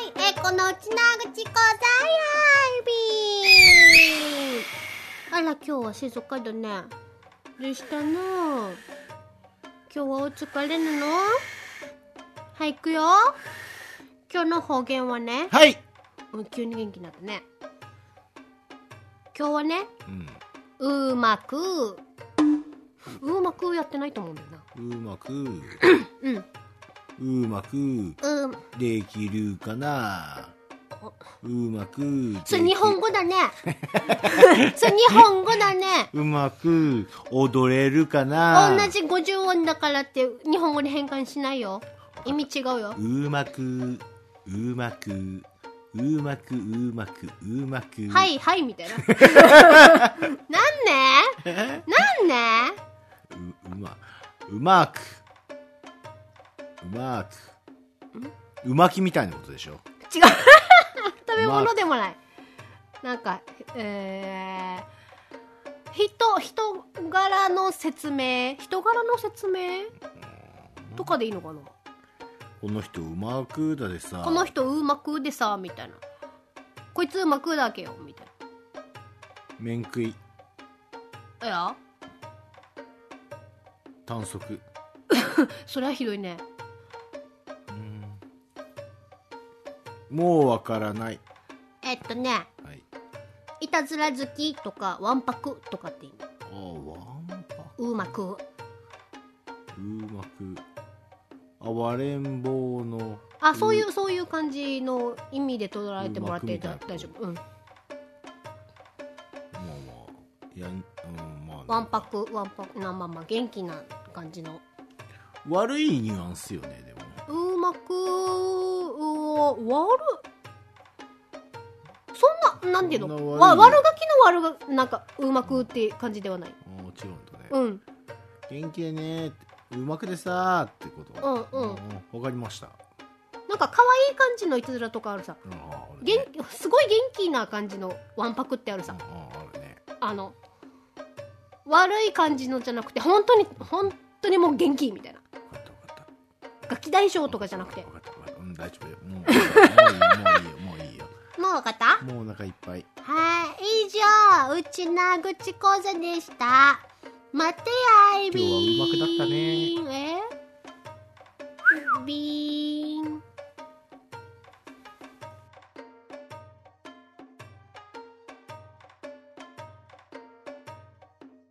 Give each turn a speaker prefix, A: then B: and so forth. A: ちな口小細ライビーあら今日は静かだねどうしたの今日はお疲れなのはい行くよ今日の方言はね
B: はい。
A: もう急に元気になったね今日はね
B: うん。
A: うまくうまくやってないと思うんだよな
B: うまく、
A: うん
B: うまく、
A: うん
B: できるかなうまくでき、
A: それ日本語だね それ日本語だね
B: うまく踊れるかな
A: 同。じ50音だからって日本語に変換しないよ意味違うよ
B: うまく、うまく、うまく、うまく、うまく。
A: は。いはいみたいななんね
B: え
A: なんね
B: う、うま、うまく。うまく。うまきみたいなことでしょ。
A: 違う食べ物でもないなんかえー、人人柄の説明人柄の説明とかでいいのかな
B: この人うまくだでさ。
A: この人うまくでさみたいなこいつうまくだけよみたい
B: 面食い、
A: ないや
B: 短足。
A: それはひどいね
B: もうわからない。
A: えっとね
B: はい。
A: いたずら好きとかわんぱくとかっていいの
B: あ、ワンパ
A: うまく
B: うまく。暴れん坊の。
A: あそういうそういう感じの意味で捉えてもらって
B: う
A: だ
B: まくみたいな
A: 大丈夫うん
B: まあまあ。やん、うん、まあ、
A: わんぱ。くわんぱくなまあまあ元気な感じの
B: 悪いニュアンスよね、でも。
A: うまくを悪そんななんていう
B: そんな
A: の
B: 悪い
A: わ悪ガキの悪がなんかうまくって感じではない
B: あもちろんとね。
A: うん
B: 元気でねうまくでさーってこと
A: うんうん
B: わかりました、
A: なんか可愛い感じのいたずらとかあるさ
B: うん、あある
A: 元
B: ね
A: 気すごい元気な感じのわんぱくってある
B: う
A: さ
B: んあああるね
A: あの悪い感じのじゃなくて本当に本当にもう元気みたいな
B: 分かった分かった
A: ガキ大将とかじゃなくて
B: 分かった分かったうん大丈夫よもうもういいよもういいよもういいよ
A: もうわかった
B: もうお腹いっぱい
A: はい以上うちなぐち講座でした待てやアイビー
B: 今日はうまくなったね
A: えビー